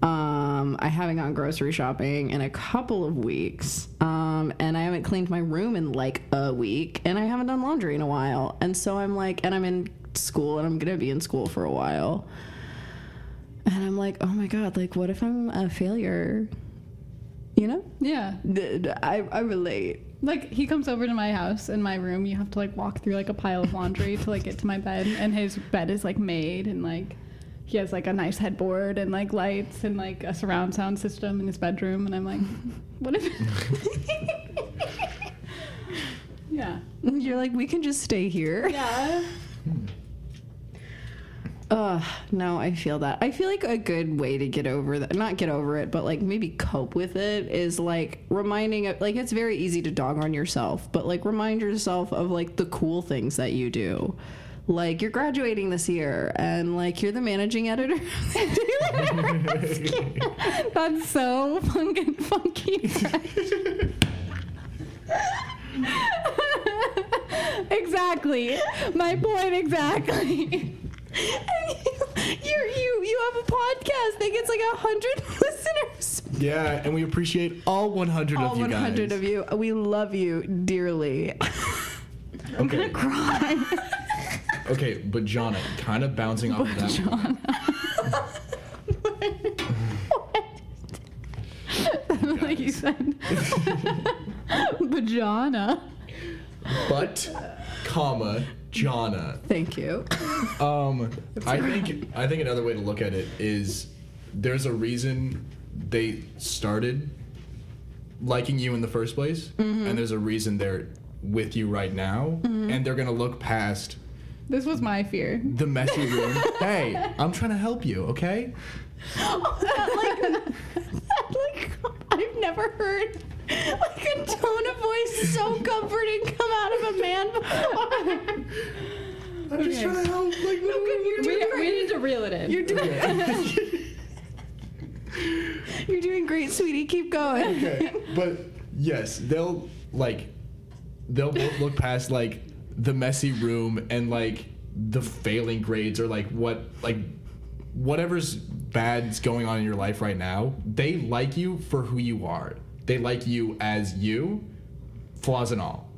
S3: um, I haven't gone grocery shopping in a couple of weeks, um, and I haven't cleaned my room in like a week, and I haven't done laundry in a while, and so I'm like, and I'm in school, and I'm gonna be in school for a while, and I'm like, oh my god, like what if I'm a failure? You know,
S1: yeah.
S3: D- d- I I relate.
S1: Like he comes over to my house in my room, you have to like walk through like a pile of laundry to like get to my bed and his bed is like made and like he has like a nice headboard and like lights and like a surround sound system in his bedroom, and I'm like, what if? yeah,
S3: You're like, we can just stay here.
S1: yeah.
S3: Ugh, no, I feel that. I feel like a good way to get over that, not get over it, but like maybe cope with it is like reminding, like it's very easy to dog on yourself, but like remind yourself of like the cool things that you do. Like you're graduating this year and like you're the managing editor. of the Daily Mail. That's so funkin' funky.
S1: Exactly. My point exactly.
S3: you you you have a podcast that gets like a hundred listeners.
S4: Yeah, and we appreciate all 100
S3: All
S4: of you
S3: 100
S4: guys.
S3: of you. We love you dearly.
S4: Okay,
S3: Cry.
S4: okay, but Jonna, kind of bouncing off of that.
S1: like you said. Vagina.
S4: But, comma, Jonna.
S3: Thank you.
S4: Um, I think I think another way to look at it is there's a reason they started liking you in the first place, and there's a reason they're with you right now, and they're gonna look past
S1: This was my fear.
S4: the messy room. hey, I'm trying to help you, okay?
S3: like I've never heard like a tone of voice so comforting come out of a man before.
S4: I'm just trying to help. Like,
S1: We, we need to reel it in.
S3: You're doing You're doing great, sweetie. Keep going.
S4: okay. But yes, they'll like they'll both look past like the messy room and like the failing grades or like what like whatever's bad's going on in your life right now. They like you for who you are. They like you as you, flaws and all.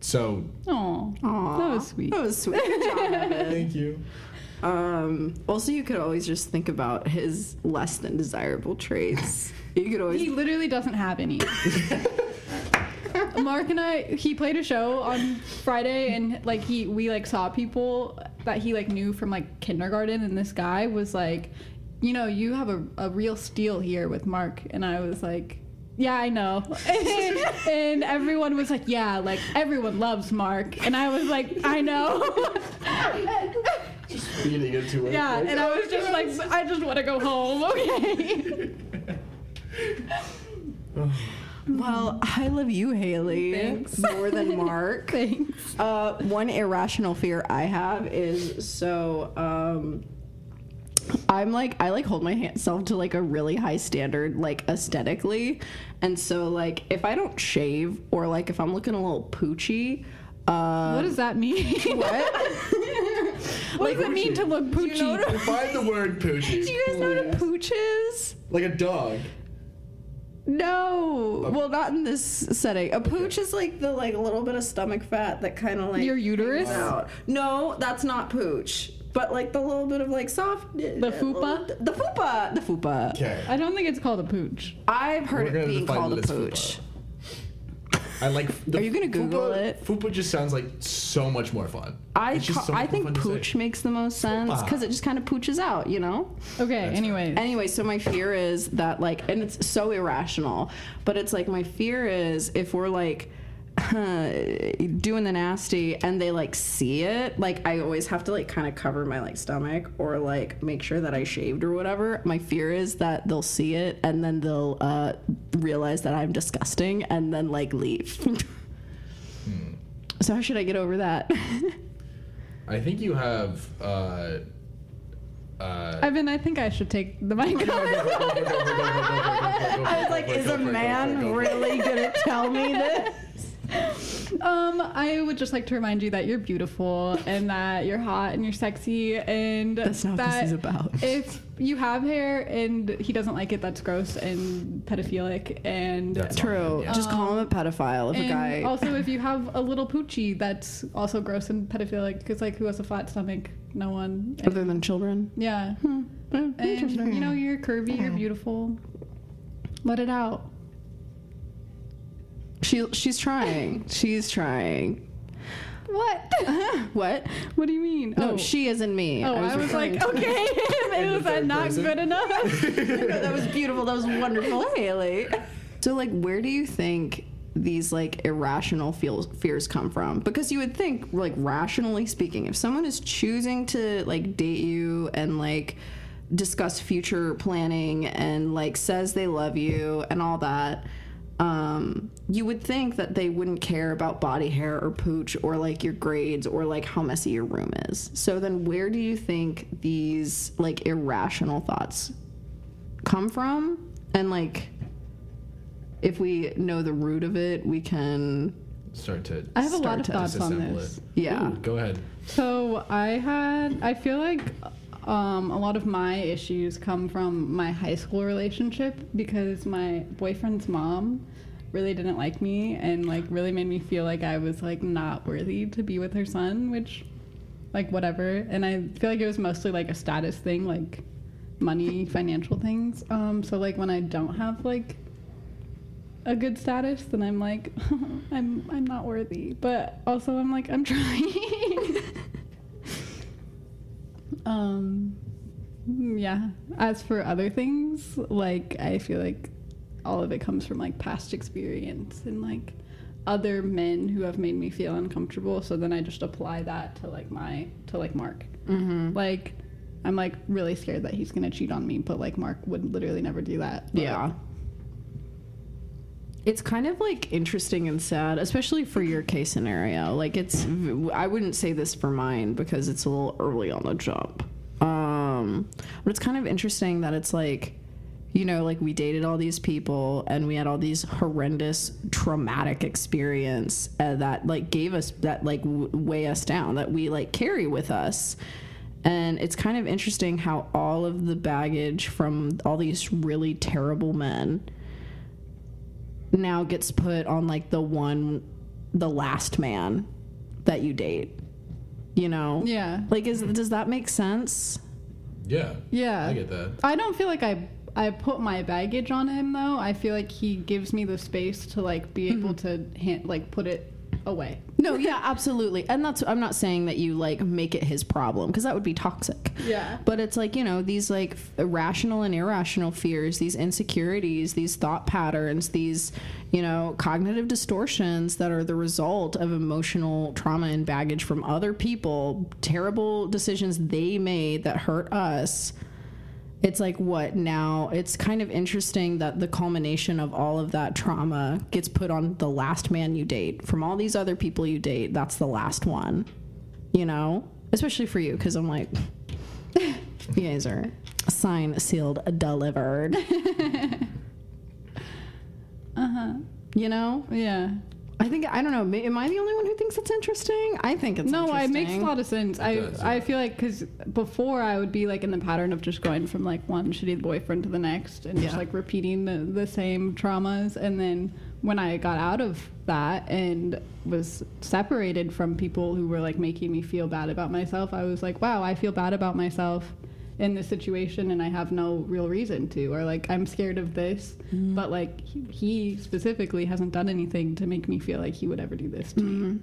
S4: So
S1: Aw. That was sweet.
S3: That was sweet. Good job, Evan.
S4: thank you.
S3: Um, also, you could always just think about his less than desirable traits. You could always
S1: He literally doesn't have any. Mark and I, he played a show on Friday, and like he, we like saw people that he like knew from like kindergarten, and this guy was like, you know, you have a, a real steal here with Mark, and I was like. Yeah, I know. And, and everyone was like, "Yeah, like everyone loves Mark," and I was like, "I know."
S4: Feeding it to it.
S1: yeah, and I was just like, "I just want to go home." Okay.
S3: Well, I love you, Haley.
S1: Thanks.
S3: More than Mark.
S1: Thanks.
S3: uh, one irrational fear I have is so. Um, I'm like I like hold myself to like a really high standard like aesthetically, and so like if I don't shave or like if I'm looking a little poochy, uh,
S1: What does that mean?
S3: what?
S1: What does it mean to look poochy?
S4: Find the word poochie.
S3: Do you guys know what a pooch is?
S4: Like a dog.
S3: No. Well, not in this setting. A pooch is like the like little bit of stomach fat that kind of like
S1: Your uterus?
S3: hangs out. No, that's not pooch. But like the little bit of like soft. The
S1: fupa?
S3: The fupa. The fupa.
S4: Okay.
S1: I don't think it's called a pooch.
S3: I've heard
S4: We're
S3: it
S4: gonna
S3: being
S4: define
S3: called
S4: what
S3: a
S4: is fupa.
S3: pooch.
S4: I like. The
S3: Are you gonna Google
S4: fupa,
S3: it?
S4: Fupa just sounds like so much more fun.
S3: I
S4: It's just
S3: ca-
S4: so
S3: I
S4: much more
S3: think
S4: fun to
S3: pooch
S4: say.
S3: makes the most sense
S4: Fupa.
S3: because it just kind of pooches out, you know.
S1: Okay, anyways.
S3: Anyway, so my fear is that like, and it's so irrational, but it's like my fear is if we're like doing the nasty and they like see it, like I always have to like kind of cover my like stomach or like make sure that I shaved or whatever. My fear is that they'll see it and then they'll uh, realize that I'm disgusting and then like leave. So how should I get over that?
S4: I think you have. Uh, uh,
S1: Evan, I think I should take the mic off.
S4: I
S3: I was like, is a man really gonna tell me this?
S1: um, I would just like to remind you that you're beautiful and that you're hot and you're sexy and
S3: That's not what
S1: that
S3: this is about.
S1: If you have hair and he doesn't like it, that's gross and pedophilic and
S4: That's
S3: True.
S4: Yeah.
S3: Just call him a pedophile if a
S1: and
S3: guy.
S1: also, if you have a little poochie, that's also gross and pedophilic. Because like, who has a flat stomach? No one. And-
S3: other than children.
S1: yeah.
S3: Hmm.
S1: And
S3: Interesting.
S1: you know, you're curvy, you're beautiful. Let it out.
S3: She she's trying. She's trying.
S1: What?
S3: What?
S1: What do you mean?
S3: No, she is in me.
S1: Oh, I was
S3: referring
S1: like,
S3: to-
S1: okay, it was that not
S4: person.
S1: good enough?
S3: No, that was beautiful. That was wonderful, Haley. So, like, where do you think these like irrational feels, fears come from? Because you would think, like, rationally speaking, if someone is choosing to like date you and like discuss future planning and like says they love you and all that. Um, you would think that they wouldn't care about body hair or pooch or like your grades or like how messy your room is. So then, where do you think these like irrational thoughts come from and like if we know the root of it we can
S4: Start to
S1: I have a lot of
S3: Start
S1: thoughts on
S4: disassemble
S1: this.
S4: it.
S3: Yeah.
S4: Ooh, go ahead.
S1: So I had, I feel like um, a lot of my issues come from my high school relationship because my boyfriend's mom really didn't like me and like really made me feel like I was like not worthy to be with her son, which like whatever. And I feel like it was mostly like a status thing, like money, financial things. Um, so like when I don't have like a good status, then I'm like, I'm I'm not worthy. But also, I'm like, I'm trying. um, yeah. As for other things, like I feel like all of it comes from like past experience and like other men who have made me feel uncomfortable. So then I just apply that to like my to like Mark. Mm-hmm. Like. I'm like really scared that he's gonna cheat on me, but like Mark would literally never do that. But,
S3: yeah it's kind of like interesting and sad especially for your case scenario like it's i wouldn't say this for mine because it's a little early on the jump um but it's kind of interesting that it's like you know like we dated all these people and we had all these horrendous traumatic experience uh, that like gave us that like w- weigh us down that we like carry with us and it's kind of interesting how all of the baggage from all these really terrible men now gets put on like the one the last man that you date you know
S1: Yeah.
S3: like is does that make sense
S4: Yeah.
S1: Yeah.
S4: I get that.
S1: I don't feel like I I put my baggage on him though. I feel like he gives me the space to like be able to hand, like put it away.
S3: no yeah absolutely and that's i'm not saying that you like make it his problem because that would be toxic
S1: Yeah.
S3: but it's like you know these like irrational and irrational fears these insecurities these thought patterns these you know cognitive distortions that are the result of emotional trauma and baggage from other people terrible decisions they made that hurt us it's like what now it's kind of interesting that the culmination of all of that trauma gets put on the last man you date from all these other people you date that's the last one you know especially for you because i'm like you guys are sign sealed delivered uh-huh you know
S1: Uh-huh. Yeah.
S3: i think i don't know ma- am i the only one who thinks it's interesting i think it's
S1: No, it makes a
S3: interesting.
S1: lot of sense. I
S4: does,
S1: I
S4: yeah.
S1: feel like because before I would be like in the pattern of just going from like one shitty boyfriend to the next and just
S3: Yeah.
S1: like repeating the, the same traumas. And then when I got out of that and was separated from people who were like making me feel bad about myself, I was like, wow, I feel bad about myself in this situation and I have no real reason to. Or like, I'm scared of this,
S3: Mm.
S1: but like he, he specifically hasn't done anything to make me feel like he would ever do this to
S3: Mm-hmm.
S1: me.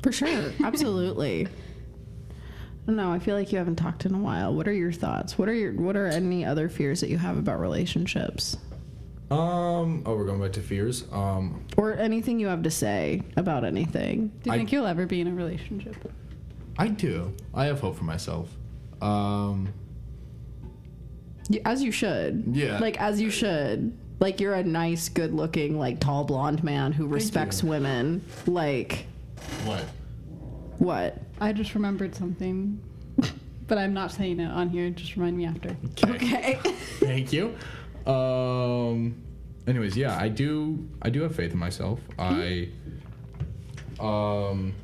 S3: for sure absolutely no i feel like you haven't talked in a while what are your thoughts what are your what are any other fears that you have about relationships
S4: Um. Oh, we're going back to fears. Um.
S3: or anything you have to say about anything
S1: Do you
S4: I-
S1: think you'll ever be in a relationship?
S4: I do. I have hope for myself. Um.
S3: You- as you should
S4: Yeah.
S3: like as you should like you're a nice good looking like tall blonde man who respects
S4: you.
S3: women like
S4: What?
S3: what
S1: I just remembered something, but I'm not saying it on here. Just remind me after.
S3: okay
S4: Thank you. Um. Anyways, yeah, I do. I do have faith in myself. I. Um.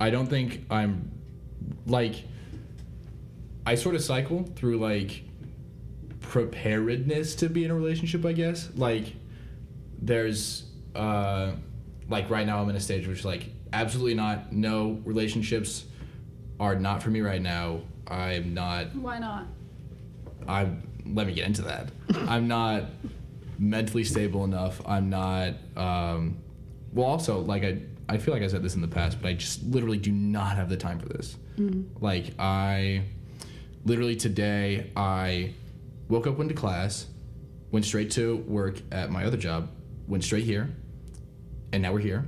S4: I don't think I'm, like. I sort of cycle through like preparedness to be in a relationship, I guess. Like, there's, uh, like right now I'm in a stage which like absolutely not. No relationships are not for me right now. I'm not
S1: Why not?
S4: I let me get into that. I'm not mentally stable enough. I'm not um, well, also like I I feel like I said this in the past, but I just literally do not have the time for this. Like I literally today I woke up, went to class, went straight to work at my other job, went straight here, and now we're here,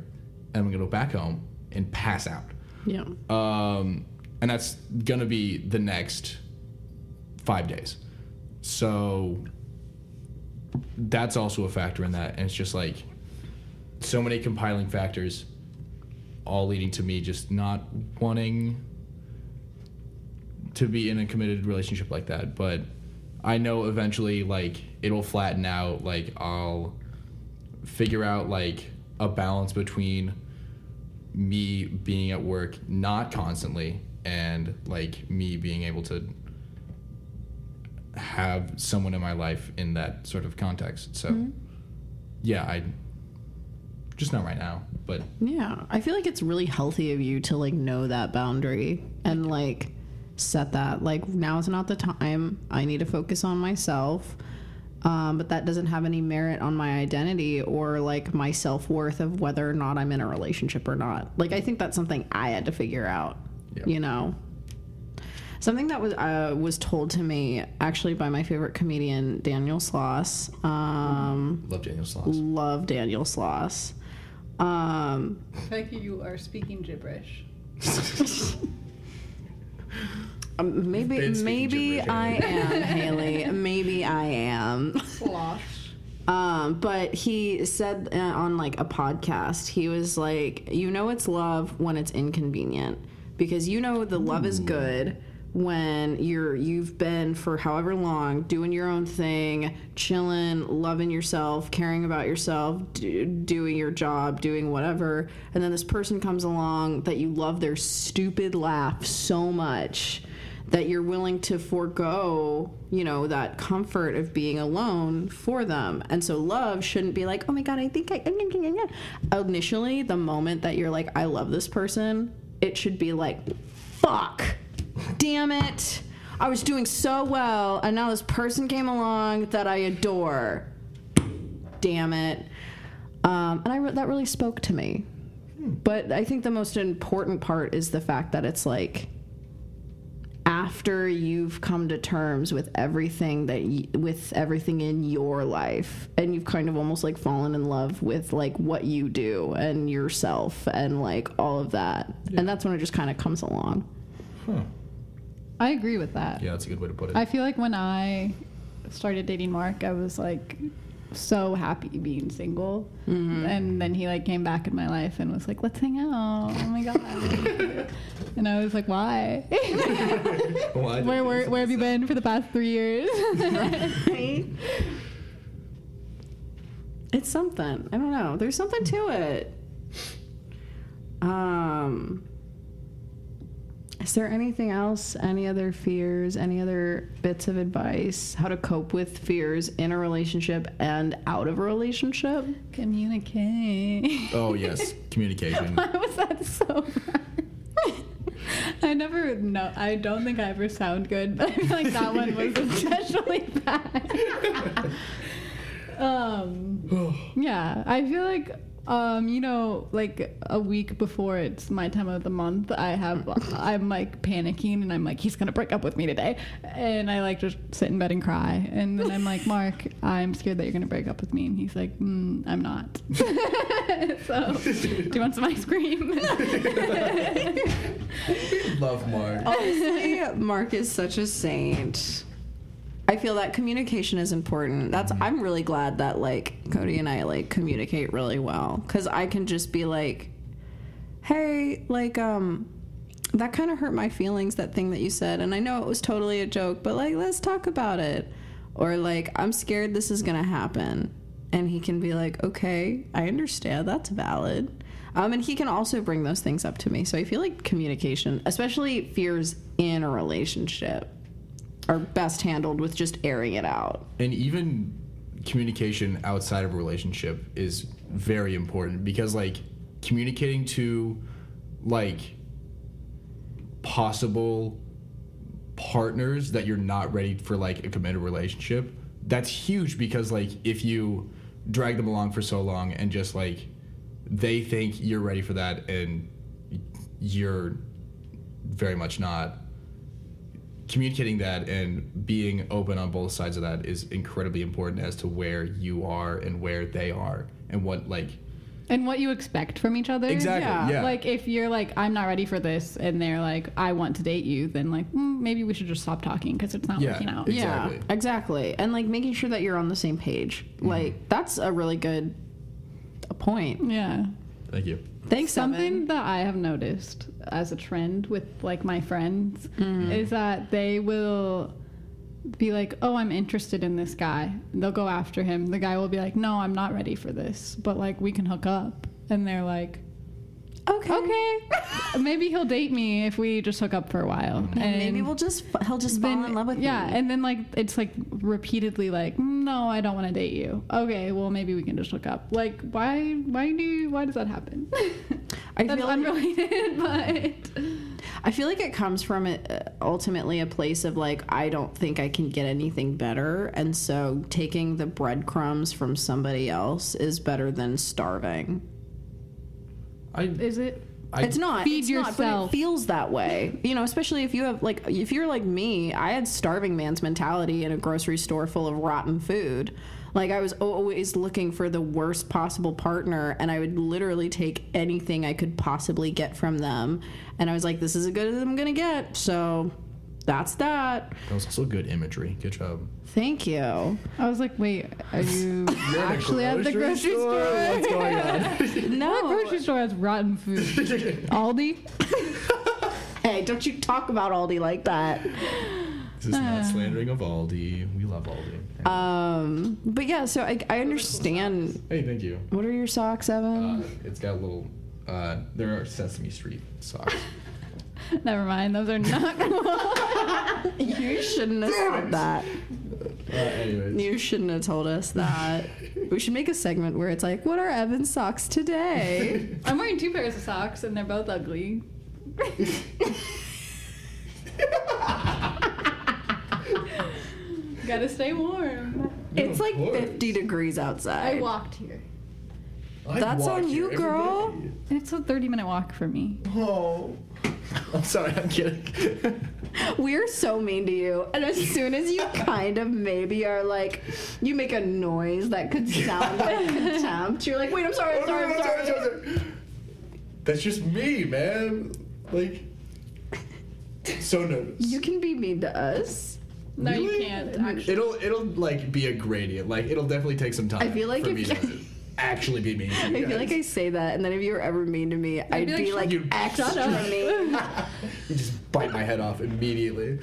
S4: and I'm gonna go back home and pass out.
S3: Yeah.
S4: Um, and that's gonna be the next five days. So that's also a factor in that. And it's just like so many compiling factors, all leading to me just not wanting to be in a committed relationship like that. But I know eventually, like, it'll flatten out. Like, I'll figure out, like, a balance between me being at work not constantly and like me being able to have someone in my life in that sort of context. So yeah, I just not right now, but
S3: Yeah. I feel like it's really healthy of you to like know that boundary and like set that. Like now is not the time. I need to focus on myself. Um, but that doesn't have any merit on my identity or like my self worth of whether or not I'm in a relationship or not. Like I think that's something I had to figure out.
S4: Yeah.
S3: You know, Something that was uh, was told to me actually by my favorite comedian Daniel Sloss. Um,
S4: love Daniel Sloss.
S3: Love Daniel Sloss. Um,
S1: Thank you. You are speaking gibberish.
S3: um, maybe
S4: Been speaking
S3: maybe
S4: gibberish,
S3: I am Haley. Maybe I am.
S1: Slosh.
S3: Um, but he said uh, on like a podcast, he was like, "You know, it's love when it's inconvenient because you know the love is good." When you're you've been for however long doing your own thing, chilling, loving yourself, caring about yourself, do, doing your job, doing whatever, and then this person comes along that you love their stupid laugh so much that you're willing to forego, you know, that comfort of being alone for them. And so love shouldn't be like, oh my God, I think I. Initially, the moment that you're like, I love this person, it should be like, fuck, damn it. I was doing so well, and now this person came along that I adore. Damn it. Um, and I re- that really spoke to me. But I think the most important part is the fact that it's like, after you've come to terms with everything that y- with everything in your life and you've kind of almost like fallen in love with like what you do and yourself and like all of that and that's when it just kind of comes along
S1: I agree with that.
S4: Yeah, that's a good way to put it.
S1: I feel like when I started dating Mark, I was like so happy being single.
S4: Mm-hmm.
S1: And then he like came back in my life and was like, "Let's hang out." Oh my god. and I was like, "Why?
S4: Well, I did
S1: where where,
S4: things
S1: where have you been for the past 3 years?"
S3: it's something i don't know there's something to it um is there anything else any other fears any other bits of advice how to cope with fears in a relationship and out of a relationship
S1: Communicate.
S4: Oh yes, communication.
S1: Why was that so bad? I never know. I don't think I ever sound good, but I feel like that one was especially bad. um, yeah, I feel like, um, you know, like a week before it's my time of the month, I have, I'm like panicking and I'm like, he's gonna break up with me today, and I like just sit in bed and cry, and then I'm like, Mark, I'm scared that you're gonna break up with me, and he's like, mm, I'm not. so, do you want some ice cream?
S4: Love Mark.
S3: Honestly, Mark is such a saint. I feel that communication is important. That's I'm really glad that like Cody and I like communicate really well cuz I can just be like hey, like um that kind of hurt my feelings that thing that you said and I know it was totally a joke, but like let's talk about it. Or like I'm scared this is going to happen. And he can be like, "Okay, I understand. That's valid." Um, and he can also bring those things up to me. So I feel like communication, especially fears in a relationship, are best handled with just airing it out.
S4: and even communication outside of a relationship is very important because like communicating to like possible partners that you're not ready for like a committed relationship that's huge because like if you drag them along for so long and just like they think you're ready for that and you're very much not communicating that and being open on both sides of that is incredibly important as to where you are and where they are and what like
S1: And what you expect from each other.
S4: Exactly, yeah.
S1: Like if you're like, I'm not ready for this, and they're like, I want to date you, then like, mm, maybe we should just stop talking because it's not
S4: Yeah.
S1: working out.
S4: Ex- Exactly.
S3: Yeah, exactly. And like making sure that you're on the same page. Like that's a really good a point.
S1: Yeah.
S4: thank you
S3: Thanks,
S1: Something
S3: Evan.
S1: that I have noticed as a trend with like my friends
S3: Mm.
S1: is that they will be like, "Oh, I'm interested in this guy." They'll go after him. The guy will be like, "No, I'm not ready for this, but like we can hook up." And they're like,
S3: Okay.
S1: "Okay, maybe he'll date me if we just hook up for a while."
S3: And maybe we'll just f- he'll just fall in love with
S1: yeah,
S3: me.
S1: and then like it's like repeatedly like, "No, I don't want to date you." Okay, well maybe we can just hook up. Like, why? Why do? You, why does that happen?
S3: I
S1: That's
S3: feel like-
S1: unrelated, but
S3: I feel like it comes from uh, ultimately a place of like I don't think I can get anything better, and so taking the breadcrumbs from somebody else is better than starving.
S4: i
S1: is it?
S4: I-
S3: it's not
S1: Feed
S3: it's not, but
S1: yourself.
S3: it feels that way, you know. Especially if you have like if you're like me, I had starving man's mentality in a grocery store full of rotten food. Like I was always looking for the worst possible partner, and I would literally take anything I could possibly get from them. And I was like, "This is as good as I'm gonna get." So that's that.
S4: that was also good imagery good job
S3: Thank you.
S1: I was like, wait, are you actually at the grocery store?
S4: what's going on
S1: What
S3: No.
S1: grocery store has rotten food? Aldi?
S3: Hey, don't you talk about Aldi like that.
S4: this is
S3: Ah.
S4: not slandering of aldi we love aldi
S3: Um, but yeah, so I, I understand.
S4: hey thank you
S3: What are your socks, Evan?
S4: uh, it's got a little uh, there are sesame street socks
S1: Never mind, those are not
S3: you shouldn't have said that.
S4: uh, anyways
S3: You shouldn't have told us that. we should make a segment where it's like, what are Evan's socks today?
S1: I'm wearing two pairs of socks and they're both ugly. Gotta stay warm.
S3: it's like
S4: course.
S3: 50 degrees outside.
S1: I walked here.
S4: I
S3: That's
S4: walk
S3: on you,
S4: here every
S3: girl.
S4: day.
S1: It's a 30 minute walk for me.
S4: Oh. I'm sorry, I'm kidding.
S3: We're so mean to you. And as soon as you kind of maybe are like, you make a noise that could sound like contempt, you're like, wait, I'm
S4: Oh,
S3: sorry, I'm sorry, I'm sorry.
S4: That's just me, man. Like, so nervous.
S3: You can be mean to us.
S1: No, you
S4: Really?
S1: can't. Actually.
S4: It'll it'll like be a gradient. Like it'll definitely take some time.
S3: I feel like
S4: for
S3: if-
S4: me to actually be mean. To
S3: I
S4: you
S3: feel like I say that, and then if you were ever mean to me,
S1: be
S3: I'd,
S1: like,
S3: be
S1: "Shut
S3: like,
S4: you-
S3: extra
S1: shut up."
S3: mean.
S4: you just bite my head off immediately.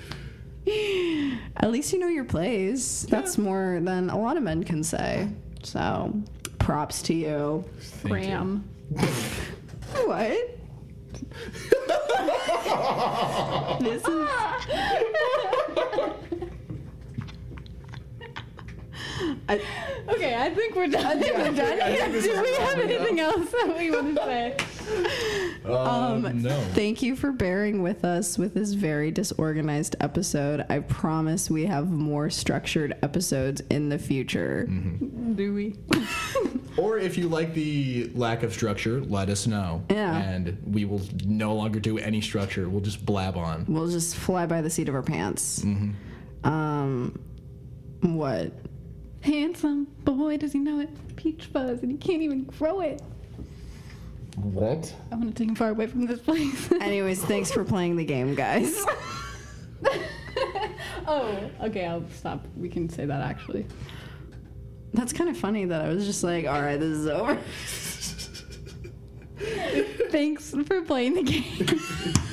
S3: At least you know your place. That's more than a lot of men can say. So, props to you.
S1: Cram.
S3: What? this is. I,
S1: Okay, I think we're done. we're done
S4: I think this
S1: Do
S4: is
S1: we have
S4: wrapping up.
S1: anything else that we want to say?
S4: Um, no.
S3: Thank you for bearing with us with this very disorganized episode. I promise we have more structured episodes in the future.
S1: Do we?
S4: Or if you like the lack of structure, let us know.
S3: Yeah.
S4: And we will no longer do any structure. We'll just blab on.
S3: We'll just fly by the seat of our pants. Um, what?
S1: Handsome boy, does he know it? Peach fuzz, and he can't even grow it.
S4: What?
S1: I want to take him far away from this place.
S3: Anyways, thanks for playing the game, guys.
S1: oh, okay, I'll stop. We can say that actually.
S3: That's kind of funny that I was just like, all right, this is over.
S1: Thanks for playing the game.